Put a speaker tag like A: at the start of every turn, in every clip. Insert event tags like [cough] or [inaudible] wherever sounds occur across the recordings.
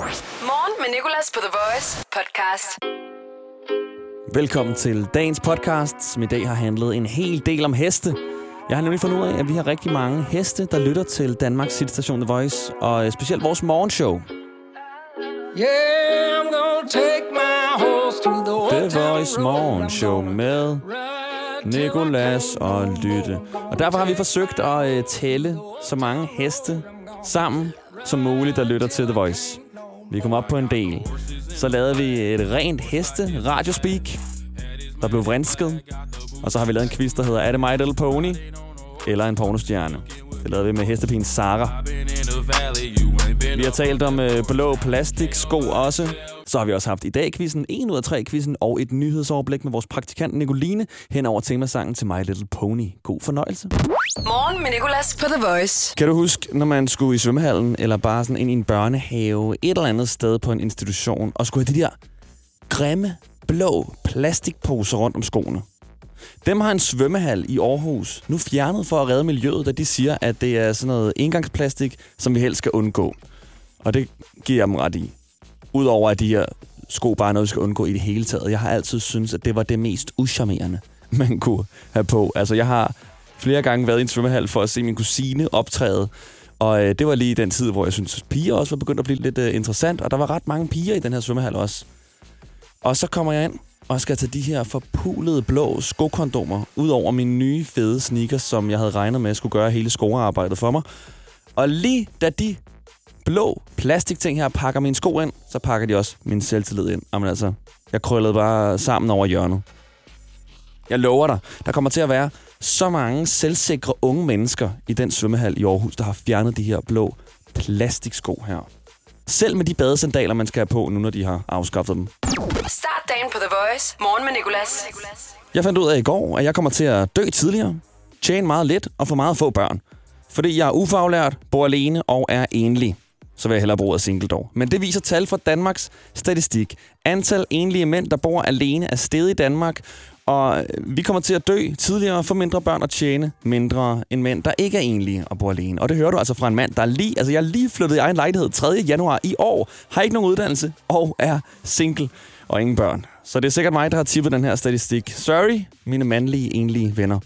A: Morgen med Nicolas på The Voice podcast.
B: Velkommen til dagens podcast, som i dag har handlet en hel del om heste. Jeg har nemlig fundet ud af, at vi har rigtig mange heste, der lytter til Danmarks Citystation The Voice, og øh, specielt vores morgenshow.
C: Yeah, I'm gonna take my horse to the old
B: The
C: town
B: Voice
C: road.
B: Morgenshow
C: I'm gonna
B: med
C: ride till I
B: Nikolas
C: can't no
B: og Lytte.
C: more.
B: Og derfor har vi forsøgt at øh, tælle så mange heste sammen som muligt, der lytter til The Voice. Vi kom op på en del. Så lavede vi et rent heste radiospeak, der blev vrinsket. Og så har vi lavet en quiz, der hedder Er det mig, Little Pony? Eller en pornostjerne. Det lavede vi med hestepigen Sara. Vi har talt om øh, blå plastiksko også. Så har vi også haft i dag quizzen, en ud af tre quizzen og et nyhedsoverblik med vores praktikant Nicoline hen over temasangen til My Little Pony. God fornøjelse.
A: Morgen med Nicolas på The Voice.
B: Kan du huske, når man skulle i svømmehallen, eller bare sådan ind i en børnehave, et eller andet sted på en institution, og skulle have de der grimme, blå plastikposer rundt om skoene? Dem har en svømmehal i Aarhus nu fjernet for at redde miljøet, da de siger, at det er sådan noget engangsplastik, som vi helst skal undgå. Og det giver jeg dem ret i. Udover at de her sko bare er noget, vi skal undgå i det hele taget. Jeg har altid syntes, at det var det mest uscharmerende, [laughs] man kunne have på. Altså, jeg har flere gange været i en svømmehal for at se min kusine optræde. Og øh, det var lige den tid, hvor jeg syntes, at piger også var begyndt at blive lidt øh, interessant. Og der var ret mange piger i den her svømmehal også. Og så kommer jeg ind og skal tage de her forpulede blå skokondomer ud over mine nye fede sneakers, som jeg havde regnet med skulle gøre hele skoarbejdet for mig. Og lige da de blå plastikting her pakker mine sko ind, så pakker de også min selvtillid ind. Jamen altså, jeg krøllede bare sammen over hjørnet. Jeg lover dig, der kommer til at være så mange selvsikre unge mennesker i den svømmehal i Aarhus, der har fjernet de her blå plastiksko her. Selv med de badesandaler, man skal have på nu, når de har afskaffet dem.
A: Start dagen på The Voice. Morgen med Nicolas.
B: Jeg fandt ud af i går, at jeg kommer til at dø tidligere, tjene meget lidt og få meget få børn. Fordi jeg er ufaglært, bor alene og er enlig. Så vil jeg hellere bruge ordet single dog. Men det viser tal fra Danmarks statistik. Antal enlige mænd, der bor alene, er steget i Danmark. Og øh, vi kommer til at dø tidligere for mindre børn og tjene mindre end mænd, der ikke er enlige og bor alene. Og det hører du altså fra en mand, der er lige... Altså, jeg er lige flyttet i egen lejlighed 3. januar i år, har ikke nogen uddannelse og er single og ingen børn. Så det er sikkert mig, der har tippet den her statistik. Sorry, mine mandlige, enlige venner.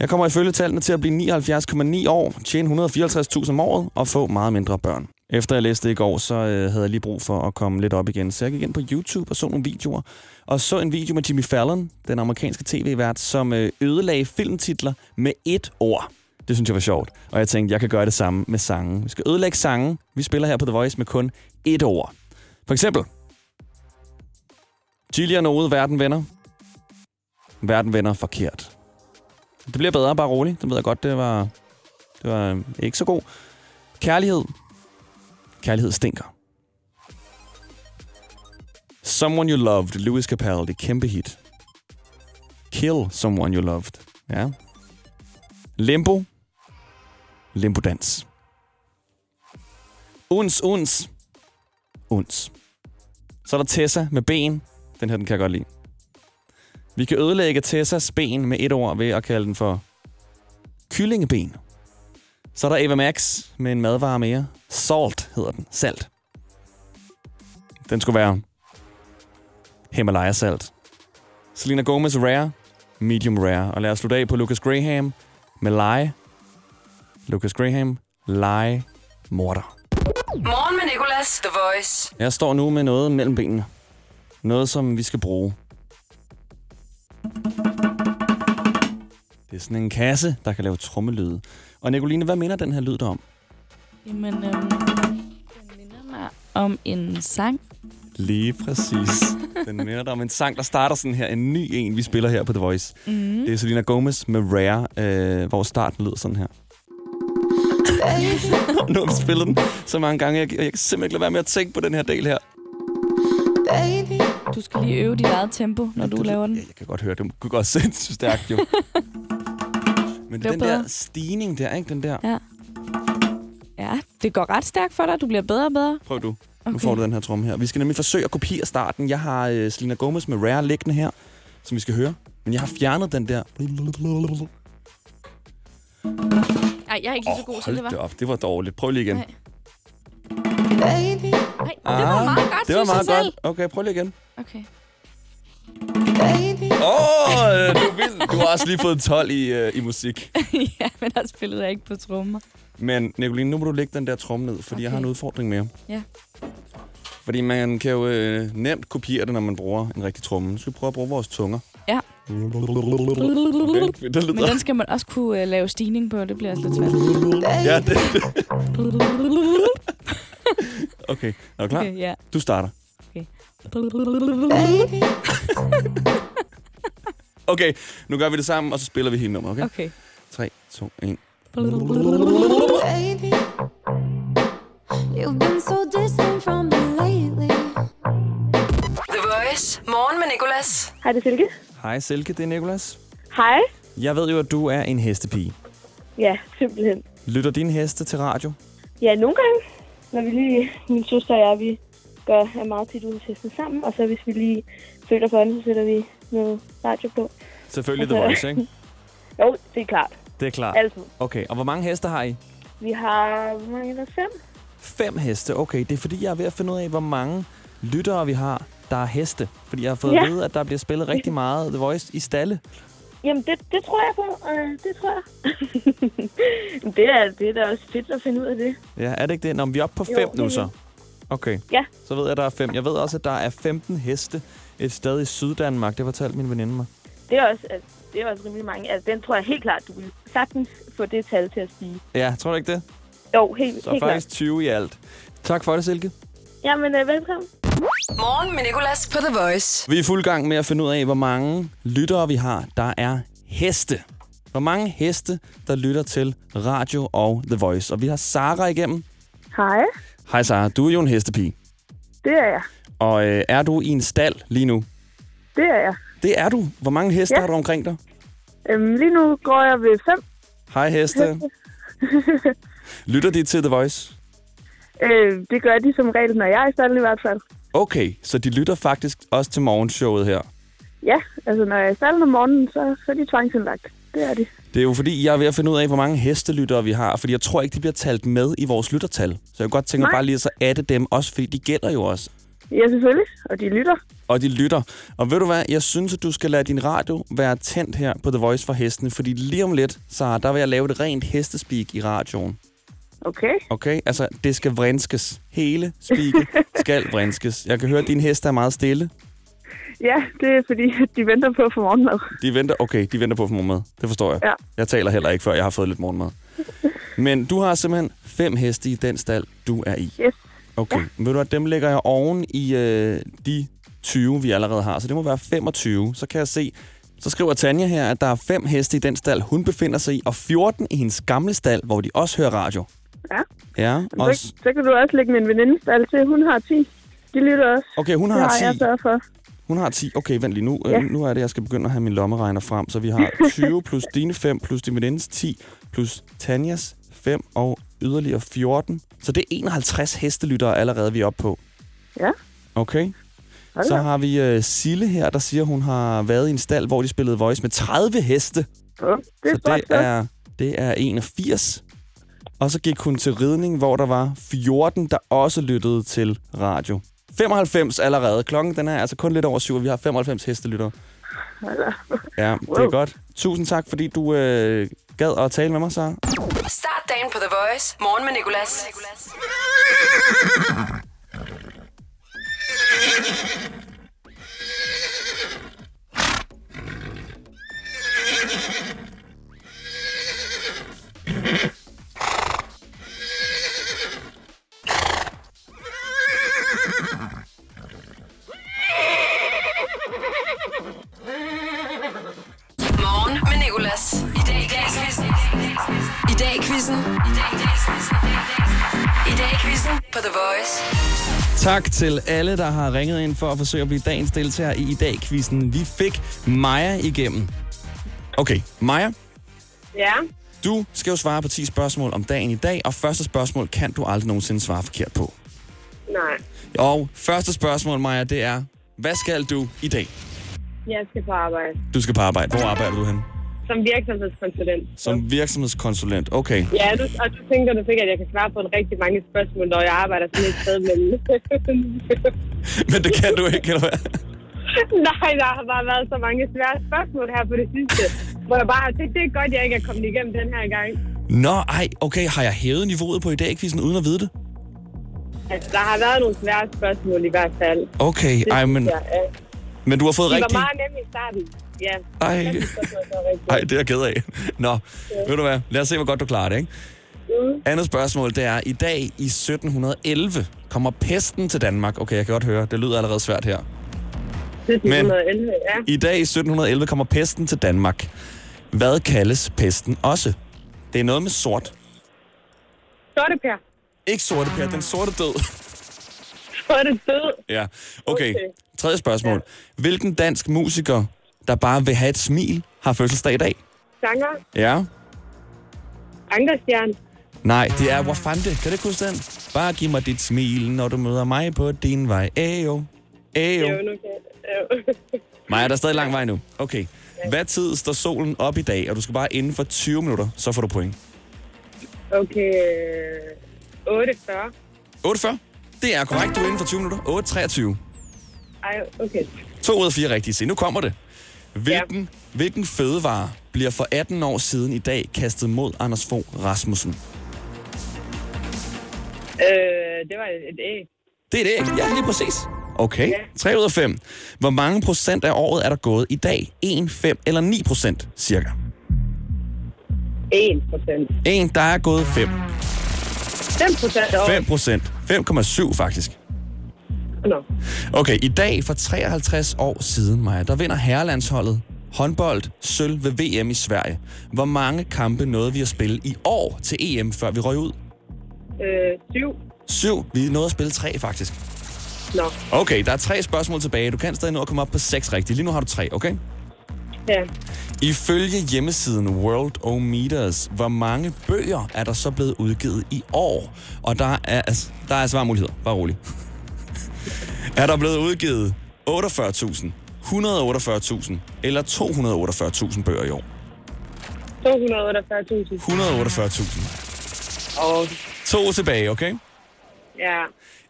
B: Jeg kommer ifølge tallene til at blive 79,9 år, tjene 154.000 om året og få meget mindre børn. Efter jeg læste det i går, så øh, havde jeg lige brug for at komme lidt op igen. Så jeg gik ind på YouTube og så nogle videoer. Og så en video med Jimmy Fallon, den amerikanske tv-vært, som øh, ødelagde filmtitler med ét ord. Det synes jeg var sjovt. Og jeg tænkte, jeg kan gøre det samme med sangen. Vi skal ødelægge sangen. Vi spiller her på The Voice med kun ét ord. For eksempel, Gillian Ode, verden vender. Verden vender forkert. Det bliver bedre, bare roligt. Det ved jeg godt, det var, det var øh, ikke så god. Kærlighed. Kærlighed stinker. Someone You Loved, Louis Capaldi, kæmpe hit. Kill Someone You Loved, ja. Limbo. Limbo dans. Uns, uns. Uns. Så er der Tessa med ben. Den her, den kan jeg godt lide. Vi kan ødelægge Tessas ben med et ord ved at kalde den for kyllingeben. Så er der Eva Max med en madvare mere. Salt hedder den. Salt. Den skulle være Himalaya salt. Selena Gomez Rare. Medium Rare. Og lad os slutte af på Lucas Graham med lege. Lucas Graham. Lege. Morder.
A: Morgen med Nicolas. The Voice.
B: Jeg står nu med noget mellem benene. Noget, som vi skal bruge. Det er sådan en kasse, der kan lave trommelyde. Og Nicoline, hvad minder den her lyd dig om?
D: Jamen, øhm, den minder mig om en sang.
B: Lige præcis. Den minder dig om en sang, der starter sådan her. En ny en, vi spiller her på The Voice. Mm. Det er Selena Gomez med Rare, øh, hvor starten lyder sådan her. [laughs] nu har vi spillet den så mange gange, jeg, jeg kan simpelthen ikke lade være med at tænke på den her del her.
D: Du skal lige øve dit eget tempo, når du
B: Det-
D: laver den.
B: Ja, jeg kan godt høre, det kunne gå sindssygt
D: [laughs]
B: stærkt jo. Men det er
D: Lav
B: den
D: bedre.
B: der stigning der, ikke? Den der.
D: Ja. Ja, det går ret stærkt for dig. Du bliver bedre og bedre.
B: Prøv du. Nu
D: Okay.
B: får du den her tromme her. Vi skal nemlig forsøge at kopiere starten. Jeg har øh, Selena Gomez med Rare liggende her, som vi skal høre. Men jeg har fjernet den der.
D: Ej, jeg er ikke lige så god
B: Åh,
D: til det,
B: hold
D: var.
B: det op. Det var dårligt. Prøv lige igen.
D: Nej. Ej, Det var meget godt,
B: Ah, Det var
D: synes jeg
B: meget godt.
D: selv.
B: Okay, prøv lige igen.
D: Okay. [laughs]
B: Åh, oh, du, er vild. du har også lige fået 12 i, øh, i musik.
D: ja, men der spillede jeg ikke på trommer.
B: Men Nicoline, nu må du lægge den der tromme ned, fordi okay. jeg har en
D: Okay.
B: udfordring mere.
D: Ja.
B: Fordi man kan jo øh, nemt kopiere det, når man bruger en rigtig tromme. Nu skal vi prøve at bruge vores tunger.
D: Ja.
B: Okay, det
D: Men
B: lyder...
D: den skal man også kunne øh, lave stigning på. Det bliver også lidt svært.
B: Ja, det... Okay, er du klar?
D: Okay, ja.
B: Du starter. Okay, nu gør vi det sammen, og så spiller vi hele nummeret, okay?
D: Okay.
B: 3, 2, 1.
E: Baby, you've been so distant from me lately.
A: The Voice. Morgen med Nicolas.
F: Hej, det er Silke.
B: Hej Silke, det er Nikolas.
F: Hej.
B: Jeg ved jo, at du er en hestepige.
F: Ja, simpelthen.
B: Lytter dine heste til radio?
F: Ja, nogle gange, når vi lige, min søster og jeg, vi gør er meget tit ude til hesten sammen, og så hvis vi lige føler for den, så sætter vi noget radio på.
B: Selvfølgelig The Voice, ikke?
F: Jo, det er klart. Altså.
B: Det er klart.
F: Altid.
B: Okay, og hvor mange heste har I?
F: Vi har, hvor mange er der? Fem?
B: Fem heste. Okay, det er fordi, jeg er ved at finde ud af, hvor mange lyttere vi har, der er heste. Fordi jeg har fået
F: Ja.
B: at vide, at der bliver spillet rigtig meget The Voice i stalle.
F: Jamen, det, det tror jeg på. Øh, det tror jeg. [laughs] det, er, det er da også fedt at finde ud af det.
B: Ja, er det ikke det? Nå, men vi er oppe på
F: Jo,
B: fem nu
F: helt
B: så. Okay.
F: Ja.
B: Så ved jeg, at der er fem. Jeg ved også, at der er 15 heste et sted i Syddanmark. Det fortalte min veninde mig.
F: Det er også, altså, det er også rimelig mange. Altså, den tror jeg helt klart, du vil sagtens få det tal til at stige.
B: Ja, tror du ikke det?
F: Jo, helt,
B: Så
F: helt
B: er
F: klart.
B: faktisk 20 i alt. Tak for det, Silke.
F: Jamen, øh, velkommen.
A: Morgen med Nicolas på The Voice.
B: Vi er i fuld gang med at finde ud af, hvor mange lyttere vi har, der er heste. Hvor mange heste, der lytter til radio og The Voice. Og vi har Sara igennem.
F: Hej.
B: Hej Sara, du er jo en hestepige.
F: Det er jeg.
B: Og øh, er du i en stald lige nu?
F: Det er jeg.
B: Det er du. Hvor mange heste ja.
F: Ja.
B: har du omkring dig?
F: Øhm, lige nu går jeg ved 5.
B: Hej heste. lytter de til The Voice?
F: Øh, det gør de som regel, når jeg er i stallen i hvert fald.
B: Okay, så de lytter faktisk også til morgenshowet her.
F: Ja, altså når jeg er i stallen om morgenen, så, så er de tvangsindlagt. Det er de.
B: Det er jo fordi, jeg er ved at finde ud af, hvor mange hestelyttere vi har, fordi jeg tror ikke, de bliver talt med i vores lyttertal. Så jeg kunne godt tænke mig
F: Nej.
B: bare lige at så adde dem også, fordi de gælder jo også.
F: Ja, selvfølgelig. Og de lytter.
B: og de lytter. Og ved du hvad, jeg synes, at du skal lade din radio være tændt her på The Voice for hestene, fordi lige om lidt, Sara, der vil jeg lave et rent hestespeak i radioen.
F: Okay.
B: Okay? Altså, det skal vrinskes. Hele
F: [laughs]
B: speaket skal vrinskes. Jeg kan høre, at dine heste er meget stille.
F: Ja, det er fordi, at de venter på at få morgenmad.
B: De venter, okay, de venter på at få morgenmad. Det forstår jeg.
F: Ja.
B: Jeg taler heller ikke, før jeg har fået lidt morgenmad. Men du har simpelthen fem heste i den stald, du er i.
F: Yes.
B: Okay. Ja. Ved du hvad, dem lægger jeg oven i øh, de 20, vi allerede har. Så det må være 25. Så kan jeg se, så skriver Tanja her, at der er fem heste i den stald, hun befinder sig i, og 14 i hendes gamle stald, hvor de også hører radio.
F: Ja.
B: Ja,
F: Så,
B: også.
F: så kan du også lægge min veninde stald til. Hun har 10. De lytter også.
B: Okay, hun
F: Det
B: har
F: har jeg
B: 10.
F: sørget for.
B: Hun har 10. Okay, vent lige nu.
F: Ja.
B: Ja. Nu er det, jeg skal begynde at have min lommeregner frem. Så vi
F: [laughs]
B: har 20 plus dine 5 plus din venindes 10 plus Tanjas 5 og yderligere 14. Så det er 51 hestelyttere allerede, vi er oppe på.
F: Ja.
B: Okay.
F: Hold
B: Så
F: da.
B: har vi øh, Sille her, der siger, hun har været i en stald, hvor de spillede Voice med 30 heste.
F: Åh, det er
B: så
F: godt.
B: det er, det er 81. Og så gik hun til ridning, hvor der var 14, der også lyttede til radio. 95 allerede. Klokken den er altså kun lidt over syv, og vi har 95 hestelyttere. Ja, det er
F: Wow.
B: godt. Tusind tak, fordi du øh, gad at tale med mig, så.
A: Start dagen på The Voice. Morgen med Nicolas. Morgen med Nicolas. I dag i dag quizzen. I dag quizzen. I dag quizzen. I dag quizzen på The Voice.
B: Tak til alle, der har ringet ind for at forsøge at blive dagens deltager i i dag quizzen. Vi fik Maja igennem. Okay, Maja,
F: Ja.
B: du skal jo svare på 10 spørgsmål om dagen i dag, og første spørgsmål kan du aldrig nogensinde svare forkert på.
F: Nej.
B: Og første spørgsmål, Maja, det er, hvad skal du i dag?
F: Jeg skal på arbejde.
B: Du skal på arbejde. Hvor arbejder du hen?
F: som virksomhedskonsulent.
B: Som virksomhedskonsulent. Okay. [laughs]
F: Ja, du, og du tænker du sikkert, at jeg kan svare på en rigtig mange spørgsmål, når jeg arbejder sådan et sted mellem. [laughs]
B: Men det kan du ikke, eller hvad?
F: Nej, der har bare været så mange svære spørgsmål her på det sidste. Hvor jeg bare har tænkt, det er godt, jeg ikke er kommet igennem den her gang.
B: Nå, ej, okay. Har jeg hævet niveauet på i dag, quizzen, uden at vide det?
F: Altså, der har været nogle svære spørgsmål i hvert fald.
B: Okay, ej, men,
F: Ja, ja.
B: men du har fået
F: De var
B: Mm. rigtig...
F: meget nemme i starten. Ja.
B: Ej.
F: Jeg
B: [laughs]
F: synes, det var så rigtigt.
B: Ej, det er jeg ked af. Nå, ved du hvad? Lad os se, hvor godt du klarer det, ikke?
F: Mm.
B: Andet spørgsmål, det er, i dag i 1711 kommer pesten til Danmark. Okay, jeg kan godt høre, det lyder allerede svært her.
F: 1711, ja.
B: I dag i 1711 kommer pesten til Danmark. Hvad kaldes pesten også? Det er noget med sort.
F: Sorte Per.
B: Ikke sorte, Per, den sorte død. [laughs]
F: Sorte død.
B: ja, okay.
F: Okay.
B: Tredje spørgsmål. Hvilken dansk musiker, der bare vil have et smil, har fødselsdag i dag?
F: Sanger.
B: Ja.
F: Ankerstjern.
B: Nej, det er Wafande. Kan du ikke huske den? Bare giv mig dit smil, når du møder mig på din vej. Ejo.
F: Jo,
B: Ejo.
F: nu kan jeg. Jo. [laughs]
B: Maja, der er stadig lang vej nu. Okay. Hvad tid står solen op i dag? Og du skal bare inden for 20 minutter, så får du point.
F: Okay. øh, 48.
B: 8.40. Det er korrekt. Du er inden for 20 minutter. 8.23.
F: Ej, okay.
B: To ud af fire rigtige. Se, nu kommer det. Hvilken, ja. hvilken fødevare bliver for 18 år siden i dag kastet mod Anders Fogh Rasmussen?
F: Øh, det var et æg.
B: Det er det, ikke? Ja, lige præcis. Okay, 3 ud af 5. Hvor mange procent af året er der gået i dag? 1, 5 eller 9 procent, cirka?
F: 1 procent.
B: 1, der er gået 5.
F: 5 procent over.
B: 5 procent. 5,7 faktisk.
F: Nå.
B: Okay, i dag for 53 år siden, Maja, der vinder herrelandsholdet håndbold sølv ved VM i Sverige. Hvor mange kampe nåede vi at spille i år til EM, før vi røg ud?
F: Øh, 7.
B: 7. Vi nåede at spille 3, faktisk.
F: Nå.
B: Okay, der er tre spørgsmål tilbage. Du kan stadig nå at komme op på 6 rigtigt. Lige nu har du 3, okay?
F: Ja.
B: Ifølge hjemmesiden World O Meters, hvor mange bøger er der så blevet udgivet i år? Og der er, altså- der er svarmuligheder, bare rolig. [laughs] er der blevet udgivet 48.000, 148.000 eller 248.000 bøger i år?
F: 248.000.
B: 148.000.
F: Og
B: To tilbage, okay?
F: ja.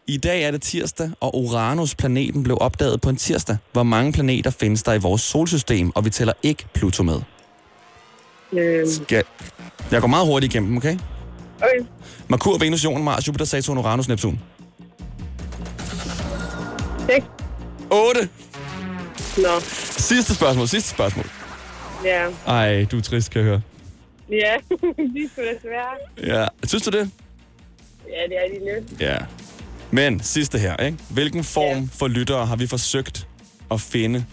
B: I dag er det tirsdag, og Uranus-planeten blev opdaget på en tirsdag. Hvor mange planeter findes der i vores solsystem, og vi tæller ikke Pluto med?
F: Øh,
B: Skal... Jeg går meget hurtigt igennem dem, okay?
F: okay.
B: Merkur, Venus, Jorden, Mars, Jupiter, Saturn, Uranus, Neptun.
F: 6.
B: 8.
F: Nå.
B: Sidste spørgsmål, sidste spørgsmål.
F: Ja.
B: Ej, du er trist, kan jeg høre.
F: Ja. [laughs] de er sgu da svære.
B: Ja. Synes du det?
F: Ja, det er de lidt.
B: Ja. Men sidste her, ikke? Hvilken form
F: Ja.
B: for lyttere har vi forsøgt at finde?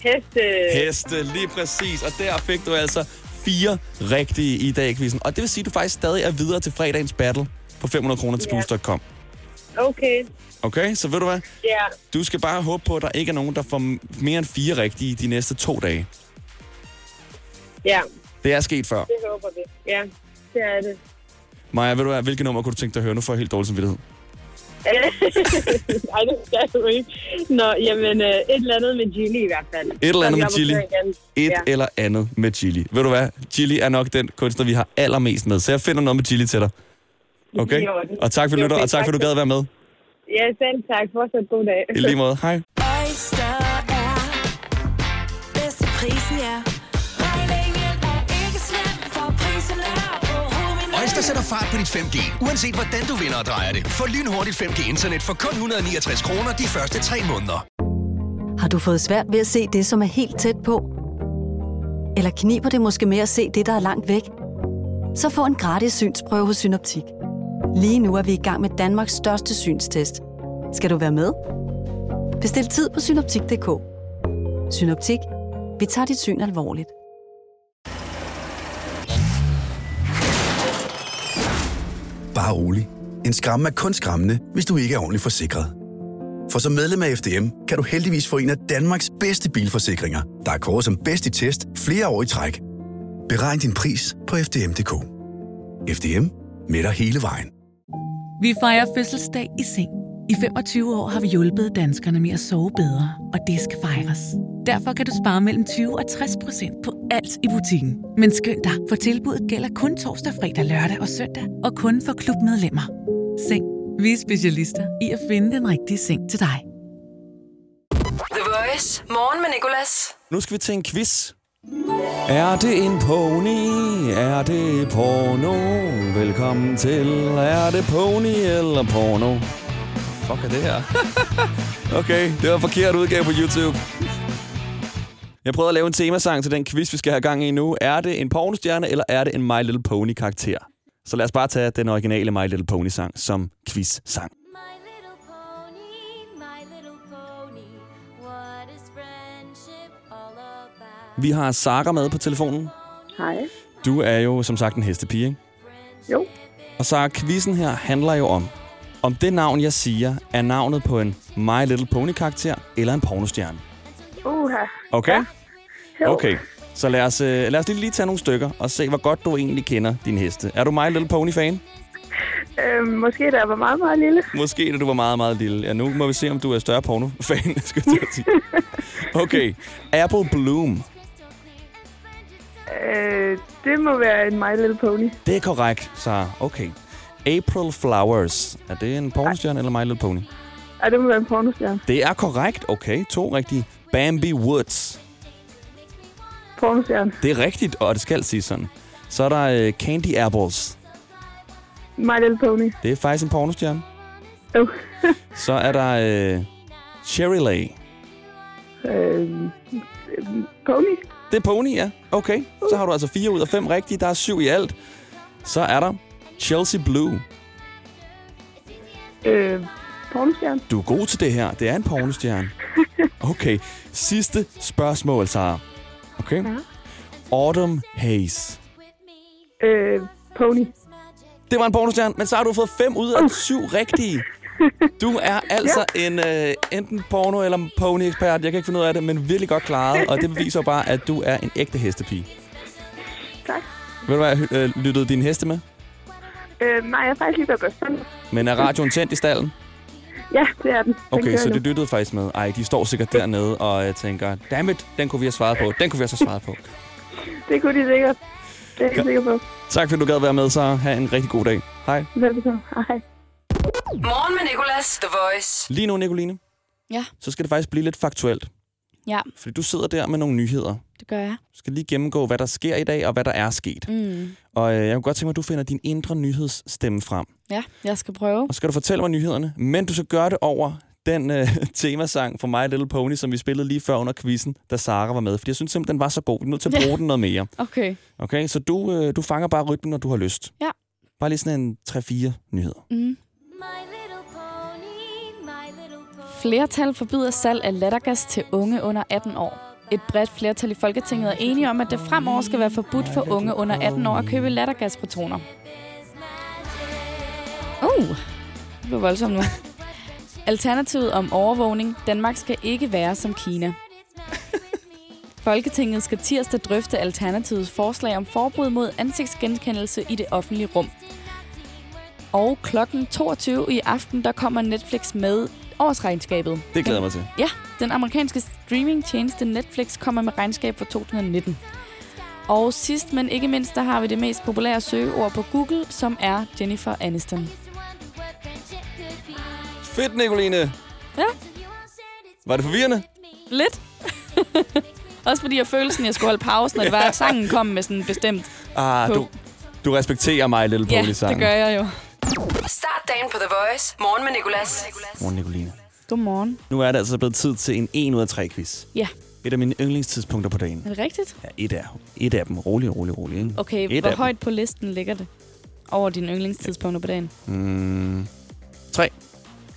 F: Heste.
B: Heste, lige præcis. Og der fik du altså fire rigtige i dag, quizzen. Og det vil sige, at du faktisk stadig er videre til fredagens battle på 500 kroner til
F: Ja.
B: boost.com.
F: Okay.
B: Okay, så ved du hvad?
F: Ja.
B: Du skal bare håbe på, at der ikke er nogen, der får m- mere end fire rigtige de næste to dage.
F: Ja.
B: Det er sket før.
F: Det håber vi. Ja. Det er det. [laughs]
B: Maja, ved du hvad? Hvilket nummer kunne du tænke dig at høre? Nu får jeg helt dårlig samvittighed.
F: Ej, det skal du ikke. Nå, jamen, øh, et eller andet med chili i hvert fald.
B: Et eller andet
F: Som
B: med
F: jeg må
B: chili.
F: køre igen.
B: Et ja.
F: Ja.
B: eller andet med chili. Ved du hvad? Chili er nok den kunstner, vi har allermest med. Så jeg finder noget med chili til dig. Okay?
F: I orden.
B: Og tak for at du lytter,
F: Okay,
B: og tak for at du
F: tak.
B: gad at være med.
F: Ja, selv tak. Fortsat god dag.
B: I lige måde. Hej.
A: Oyster er bedst til prisen, ja. Regningen er ikke slem, for prisen er overhovedet min
G: Øjster sætter fart på dit 5G, uanset hvordan du vinder og drejer det. Få lynhurtigt 5G-internet for kun 169 kroner de første tre måneder.
H: Har du fået svært ved at se det, som er helt tæt på? Eller kniber det måske med at se det, der er langt væk? Så få en gratis synsprøve hos Synoptik. Lige nu er vi i gang med Danmarks største synstest. Skal du være med? Bestil tid på synoptik.dk. Synoptik. Vi tager dit syn alvorligt.
I: Bare rolig. En skramme er kun skræmmende, hvis du ikke er ordentligt forsikret. For som medlem af FDM kan du heldigvis få en af Danmarks bedste bilforsikringer, der er kåret som bedst i test flere år i træk. Beregn din pris på FDM.dk. FDM med dig hele vejen.
J: Vi fejrer fødselsdag i seng i I 25 år har vi hjulpet danskerne med at sove bedre, og det skal fejres. Derfor kan du spare mellem 20 og 60 procent på alt i butikken. Men skynd dig, for tilbuddet gælder kun torsdag, fredag, lørdag og søndag, og kun for klubmedlemmer. Se, vi er specialister i at finde den rigtige seng til dig.
K: The Voice. Morgen med Nicolas.
B: Nu skal vi til en quiz. Er det en pony? Er det porno? Velkommen til. Er det pony eller porno? Fuck er det her? [laughs] okay, det var en forkert udgave på YouTube. Jeg prøvede at lave en temasang til den quiz, vi skal have gang i nu. Er det en pornostjerne, eller er det en My Little Pony-karakter? Så lad os bare tage den originale My Little Pony-sang som quiz-sang. Vi har Sara med på telefonen.
L: Hej.
B: Du er jo som sagt en hestepige, ikke?
L: Jo.
B: Og så quizzen her handler jo om, om det navn, jeg siger, er navnet på en My Little Pony-karakter eller en pornostjerne.
L: Uha.
B: Okay?
L: Jo.
B: Okay. Så lad os, øh, lad os lige, lige tage nogle stykker og se, hvor godt du egentlig kender din heste. Er du My Little Pony-fan?
L: Øhm, måske da jeg var meget, meget lille.
B: Måske, da du var meget, meget lille. Ja, nu må vi se, om du er større porno-fan, [laughs] skulle jeg til at sige. Okay. Apple Bloom.
L: Øh, det må være en My Little Pony.
B: Det er korrekt, så okay. April Flowers. Er det en pornostjerne eller My Little Pony?
L: Ej, det må være en pornostjerne.
B: Det er korrekt. Okay, to rigtige. Bambi Woods.
L: Pornostjerne.
B: Det er rigtigt, og det skal sige sådan. Så er der øh, Candy Apples.
L: My Little Pony. [laughs]
B: Det er faktisk en pornostjerne.
L: Jo.
B: Så er der øh, Cherry Lay.
L: Øhm, øhm, pony.
B: Det er Pony, ja. Okay, så har du altså fire ud af fem rigtige. Der er syv i alt. Så er der Chelsea Blue.
L: Øh, pornostjerne.
B: Du er god til det her. Det er en
L: [laughs]
B: pornostjerne. Okay, sidste spørgsmål, Sara. Okay?
L: Ja.
B: Autumn Haze.
L: Øh, pony.
B: Det var en pornostjerne, men så har du fået fem ud af syv rigtige. Du
L: [laughs]
B: er altså en øh, enten porno- eller pony-ekspert. Jeg kan ikke finde ud af det, men virkelig godt klaret. Og det beviser jo bare, at du er en ægte hestepige.
L: Tak.
B: Ved du, hvad jeg hø- øh, lyttede dine heste med?
L: Øh, nej, jeg er faktisk lige ved at gøre sådan.
B: Men er radioen tændt i stallen?
L: Ja, det er den. den
B: Okay,
L: kører
B: så
L: nu.
B: det lyttede faktisk med. Ej, de står sikkert dernede og øh, tænker, dammit, den kunne vi have svaret på. Den kunne vi have så svaret på.
L: Det kunne de sikkert. Det er jeg
B: Godt.
L: sikker på.
B: Tak fordi du gad være med, så have en rigtig god dag. Hej.
L: Velbekomme. Hej.
K: Morgen med Nicolas. The Voice.
B: Lige nu, Nicoline,
D: Ja,
B: så skal det faktisk blive lidt faktuelt.
D: ja,
B: Fordi du sidder der med nogle nyheder. Du
D: det gør jeg.
B: skal lige gennemgå, hvad der sker i dag, og hvad der er sket.
D: Mm.
B: Og øh, jeg kunne godt tænke mig, at du finder din indre nyhedsstemme frem.
D: Ja, jeg skal prøve.
B: Og så skal du fortælle mig nyhederne, men du skal gøre det over den øh, [laughs] temasang fra My Little Pony, som vi spillede lige før under quizzen, da Sara var med. Fordi jeg synes simpelthen, den var så god. Vi er nødt til at
D: [laughs]
B: bruge den noget mere.
D: Okay.
B: Okay, så du, øh, du fanger bare rytmen, når du har lyst.
D: Ja.
B: Bare lige sådan en 3-4 nyheder.
D: Mm. Flertal forbyder salg af lattergas til unge under 18 år. Et bredt flertal i Folketinget er enige om, at det fremover skal være forbudt for unge under 18 år at købe lattergaspatroner. Uh, det blev voldsomt nu. Alternativet om overvågning. Danmark skal ikke være som Kina. Folketinget skal tirsdag drøfte Alternativets forslag om forbud mod ansigtsgenkendelse i det offentlige rum. Og klokken 22 i aften, der kommer Netflix med årsregnskabet.
B: Det glæder jeg mig til.
D: Ja, den amerikanske streamingtjeneste Netflix kommer med regnskab for 2019. Og sidst, men ikke mindst, der har vi det mest populære søgeord på Google, som er Jennifer Aniston.
B: Fedt, Nicoline!
D: Ja,
B: Var det forvirrende?
D: lidt. [laughs] Også fordi jeg følelsen, jeg skulle holde pause, når det var, at sangen kom med sådan en bestemt.
B: Ah,
D: På.
B: du, du respekterer mig, Little
D: Ja,
B: Pony
D: det gør jeg jo.
K: Start dagen på The Voice. Morgen med Nicolas.
B: Godmorgen, Nicoline.
D: Godmorgen.
B: Nu er det altså blevet tid til en 1 ud af 3 quiz.
D: Ja,
B: Et af mine yndlingstidspunkter på dagen.
D: er det rigtigt?
B: Ja, et af, et af dem. Rolig, rolig, rolig. Ikke?
D: Okay,
B: et
D: hvor
B: af
D: højt på listen ligger det? Over dine yndlingstidspunkter på dagen.
B: Dem. Mm, tre.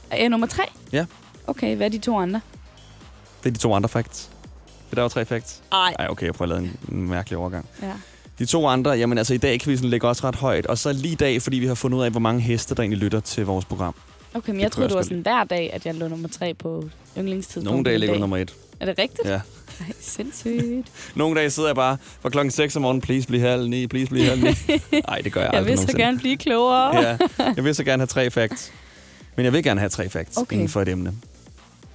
D: Er nummer tre?
B: Ja,
D: Okay, hvad er de to andre?
B: det er de to andre facts. For der var tre facts.
D: Ej.
B: Ej, okay, jeg prøver at lave en- en mærkelig overgang.
D: Ja.
B: De to andre, jamen altså i dag quizzen ligger også ret højt. Og så lige i dag, fordi vi har fundet ud af, hvor mange heste, der egentlig lytter til vores program.
D: Okay, men
B: Det
D: jeg
B: kunne
D: troede,
B: jeg
D: det var
B: også
D: sådan hver dag, at jeg lå nummer tre på yndlingstidspunktet.
B: Nogle dage
D: i
B: ligger
D: dag.
B: du nummer et.
D: Er det rigtigt?
B: Ja.
D: Ej, sindssygt.
B: Nogle dage sidder jeg bare fra klokken 6 om morgenen, please bliv halv ni, please
D: [laughs]
B: bliv halv ni. Nej, det gør jeg,
D: Jeg
B: aldrig
D: vil så
B: nogensinde.
D: gerne blive klogere.
B: ja, jeg vil så gerne have tre facts. Men jeg vil gerne have tre facts
D: Okay.
B: okay. inden for et emne.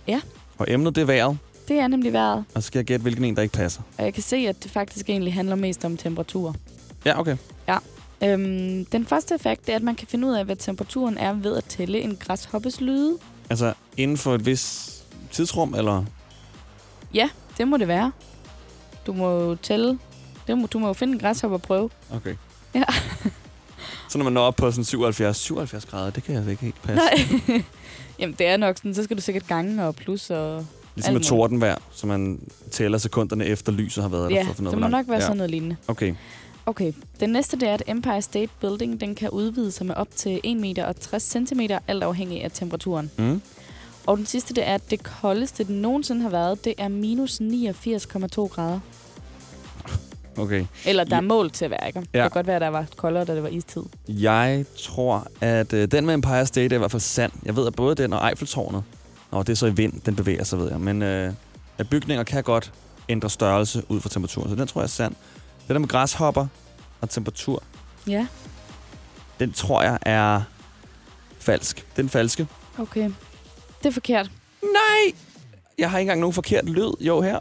D: Ja,
B: Og emnet, det er vejret.
D: det er nemlig vejret.
B: Og så skal jeg gætte, hvilken en, der ikke passer.
D: Og jeg kan se, at det faktisk egentlig handler mest om temperaturer.
B: Ja, okay.
D: Ja. Øhm, den første effekt det er, at man kan finde ud af, hvad temperaturen er ved at tælle en græshoppes lyde.
B: Altså, inden for et vis tidsrum, eller...
D: Ja, det må det være. Du må jo tælle. Det må, du må jo finde en græshopper og prøve.
B: Okay.
D: Ja.
B: Så når man når op på sådan 77, 77 grader, det kan jeg altså ikke helt passe.
D: Nej. [laughs] Jamen, det er nok sådan. Så skal du sikkert gange og plus og...
B: Ligesom med
D: alt muligt.
B: tordenvejr, så man tæller sekunderne efter lyset har været der.
D: Ja,
B: for at finde ud af,
D: det
B: hvor
D: må
B: langt-
D: nok være sådan noget lignende.
B: Okay.
D: Okay, den næste det er, at Empire State Building den kan udvide sig med op til 1 meter og 60 cm, alt afhængig af temperaturen.
B: Mm.
D: Og den sidste det er, at det koldeste, det nogensinde har været, det er minus 89,2 grader.
B: Okay.
D: Eller der er målt til at være, ikke? Ja. Det
B: Ja.
D: kan godt være, at der var koldere, da det var istid.
B: Jeg tror, at øh, den med Empire State er i hvert fald sand. Jeg ved, at både den og Eiffeltårnet, Nå, det er så i vind, den bevæger sig, ved jeg. Men øh, at bygninger kan godt ændre størrelse ud fra temperaturen, så den tror jeg er sand. Den der med græshopper og temperatur,
D: Ja,
B: den tror jeg er falsk. Den falske.
D: okay. Det er forkert.
B: Nej! Jeg har ikke engang nogen forkert lyd, jo her.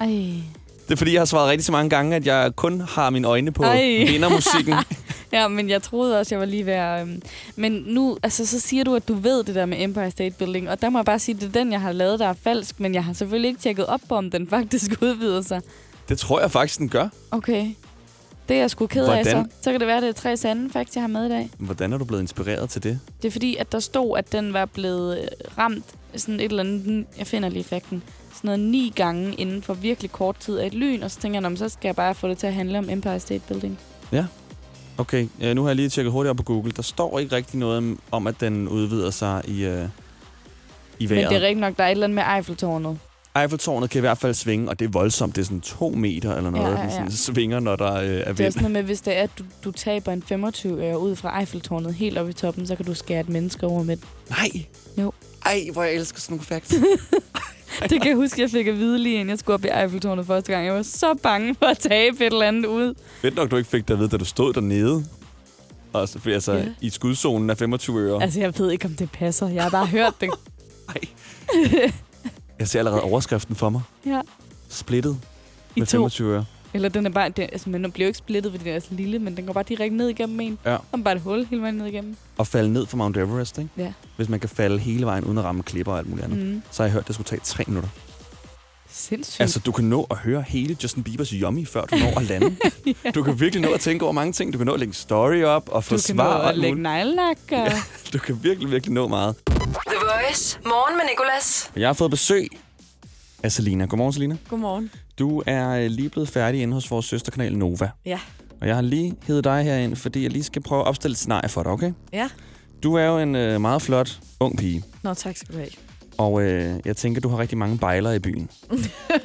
D: Ej.
B: Det er fordi, jeg har svaret rigtig så mange gange, at jeg kun har mine øjne på
D: Ej.
B: vindermusikken.
D: ja, men jeg troede også, jeg var lige ved at... Øhm. Men nu, altså, så siger du, at du ved det der med Empire State Building, og der må jeg bare sige, at det er den, jeg har lavet, der er falsk, men jeg har selvfølgelig ikke tjekket op på, om den faktisk [laughs] udvider sig.
B: det tror jeg faktisk, den gør.
D: Okay. Det er jeg sgu ked af, så.
B: Hvordan?
D: Så kan det være, at det er tre sande facts, jeg har med i dag.
B: Hvordan er du blevet inspireret til det?
D: Det er fordi, at der stod, at den var blevet øh, ramt sådan et eller andet, jeg finder lige fakten, sådan noget ni gange inden for virkelig kort tid af et lyn, og så tænker jeg, "Nå, men så skal jeg bare få det til at handle om Empire State Building.
B: Ja. Okay, øh, nu har jeg lige tjekket hurtigt op på Google. Der står ikke rigtig noget om, at den udvider sig i, øh, i
D: Men
B: vejret.
D: det er rigtigt nok, der er et eller andet med Eiffeltårnet.
B: Eiffeltårnet kan i hvert fald svinge, og det er voldsomt. Det er sådan to meter eller noget,
D: Ja,
B: ja,
D: ja,
B: ja, ja.
D: ja.
B: Sådan, svinger, når der øh, er
D: Det er også
B: vind.
D: noget med, hvis det er, at du, du taber en 25 øre ud fra Eiffeltårnet helt op i toppen, så kan du skære et menneske over med den.
B: Nej!
D: Jo.
B: Ej, hvor jeg elsker sådan nogle
D: [laughs]
B: facts.
D: det kan jeg huske, jeg fik at vide lige inden jeg skulle op i Eiffeltårnet første gang. Jeg var så bange for at tabe et eller andet ud.
B: Fedt nok, du ikke fik det at vide, da du stod dernede. Og så, fordi, altså,
D: Ja.
B: ja. i skudzonen af 25 øre. Altså.
D: Altså, jeg ved ikke, om det passer. Jeg har bare hørt det.
B: Jeg ser allerede overskriften for mig.
D: ja.
B: Splittet
D: I
B: med
D: to.
B: 25 øre.
D: Eller den er bare, den, altså, men den bliver jo ikke splittet, fordi den er så lille, men den går bare direkte ned igennem en.
B: Ja.
D: Den er bare et hul hele vejen ned igennem.
B: Og falde ned fra Mount Everest, ikke?
D: Ja.
B: Hvis man kan falde hele vejen uden at ramme klipper og alt muligt andet.
D: Mhm.
B: Mm. Så har jeg hørt, det skulle tage tre minutter.
D: Sindssygt.
B: Altså, du kan nå at høre hele Justin Bieber's Yummy, før du når at lande.
D: [laughs]
B: Du kan virkelig nå at tænke over mange ting. Du kan nå at lægge en story op og få
D: du kan
B: svar.
D: nå
B: og
D: at
B: alt
D: lægge
B: muligt.
D: neglelak. Og... Ja.
B: Du kan virkelig, virkelig nå meget.
K: The Voice. Morgen med Nicolas.
B: Og jeg har fået besøg af Selina. Godmorgen, Selina.
M: Godmorgen.
B: Du er øh, lige blevet færdig inde hos vores søsterkanal Nova.
M: Ja.
B: Og jeg har lige hævet dig herind, fordi jeg lige skal prøve at opstille et scenarie for dig, okay?
M: Ja.
B: Du er jo en øh, meget flot ung pige,
M: Nå, tak skal du have.
B: og øh, jeg tænker, du har rigtig mange bejlere i byen.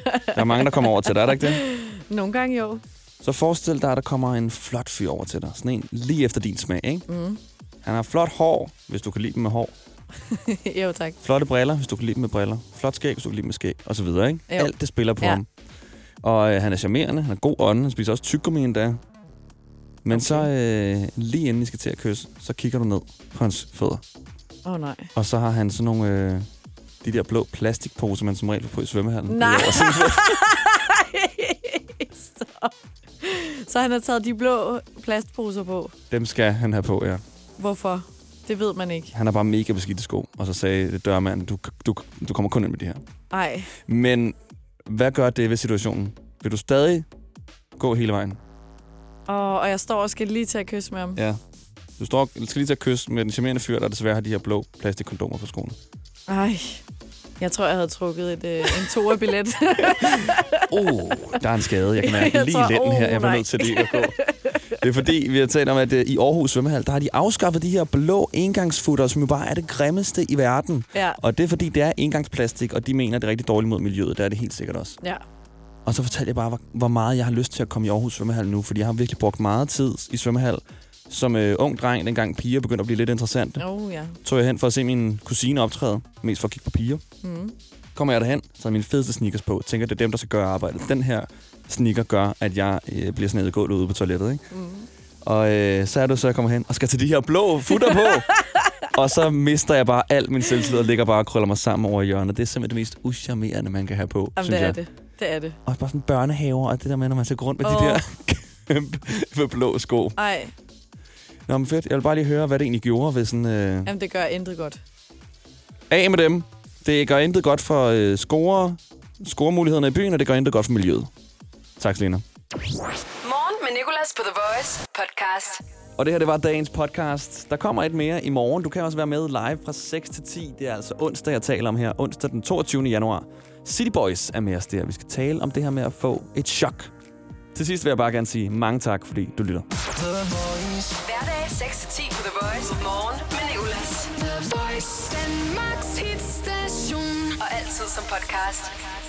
B: der er mange, der kommer over til dig, er der ikke det?
M: [laughs] Nogle gange jo.
B: Så forestil dig, at der kommer en flot fyr over til dig. Sådan en lige efter din smag, ikke?
M: Mm.
B: Han har flot hår, hvis du kan lide dem med hår.
M: [laughs] jo, tak.
B: Flotte briller, hvis du kan lide dem med briller. Flot skæg, hvis du kan lide dem med skæg. Og så videre, ikke?
M: Jo.
B: Alt det spiller på
M: Ja.
B: ja. ham. Og øh, han er charmerende, han er god ånd, han spiser også tyggegummi endda. Men okay. så øh, lige inden I skal til at kysse, så kigger du ned på hans fødder.
M: Åh oh, nej.
B: Og så har han sådan nogle... Øh, de der blå plastikposer, man som regel får på i svømmehallen.
M: Nej.
B: Det er sådan-
M: Stop. Så han har taget de blå plastposer på.
B: Dem skal han have på, ja.
M: Hvorfor? Det ved man ikke.
B: Han har bare mega beskidte sko. Og så sagde dørmanden, du, du, du kommer kun ind med de her.
M: Ej.
B: Men hvad gør det ved situationen? Vil du stadig gå hele vejen?
M: Og, og jeg står og skal lige til at kysse med ham.
B: Ja. Du står, skal lige til at kysse med den charmerende fyr, der desværre har de her blå plastikkondomer på skoene.
M: Ej. Jeg tror, jeg havde trukket et, øh, en
D: [laughs]
M: toerbillet.
B: Oh, der er en skade, jeg kan mærke.
M: Jeg
B: Lige
M: tror,
B: i lænden
M: oh,
B: her, jeg var
M: nej.
B: nødt til lige at gå. Det er fordi, vi har talt om, at øh, i Aarhus Svømmehal, der har de afskaffet de her blå engangsfutter, som jo bare er det grimmeste i verden.
M: Ja.
B: Og det er fordi, det er engangsplastik, og de mener, det er rigtig dårligt mod miljøet. Det er det helt sikkert også.
M: ja.
B: Og så fortalte jeg bare, hvor, hvor meget jeg har lyst til at komme i Aarhus Svømmehal nu, fordi jeg har virkelig brugt meget tid i svømmehal. Som øh, ung dreng, dengang piger begyndte at blive lidt interessante,
M: Oh, ja.
B: tog jeg hen for at se min kusine optræde, mest for at kigge på piger.
M: Mm.
B: Kommer jeg derhen, så har jeg mine fedeste sneakers på, tænker, det er dem, der skal gøre arbejdet. Den her sneaker gør, at jeg øh, bliver snedet i gulvet ude på toilettet, ikke?
M: Mm.
D: [laughs]
B: Og øh, så er du så, jeg kommer hen og skal tage de her blå futter på. og så mister jeg bare alt min selvtillid og ligger bare og krøller mig sammen over i hjørnet. Det er simpelthen det mest uscharmerende, man kan have på,
D: Jamen,
B: synes
D: det er
B: jeg.
D: det. Det er det.
B: Og bare sådan børnehaver og det der med, når man så går rundt med oh.
D: Åh.
B: de der [laughs] kæmpe med blå sko.
D: Ej,
B: Nå, men fedt. Jeg vil bare lige høre, hvad det egentlig gjorde ved sådan... Øh...
D: jamen det gør intet godt.
B: Af med dem. Det gør intet godt for øh, score, scoremulighederne i byen, og det gør intet godt for miljøet. Tak, Selina.
A: Morgen med Nicolas på The Voice podcast.
B: Og det her, det var dagens podcast. Der kommer et mere i morgen. Du kan også være med live fra 6 til 10. Det er altså onsdag, jeg taler om her. Onsdag den 22. januar. City Boys er med os der. Vi skal tale om det her med at få et chok. Til sidst vil jeg bare gerne sige mange tak, fordi du lytter.
A: Hverdag 6-10 på The Voice. Morgen med Nicolas. The Voice. Danmarks hitstation. Og altid som podcast.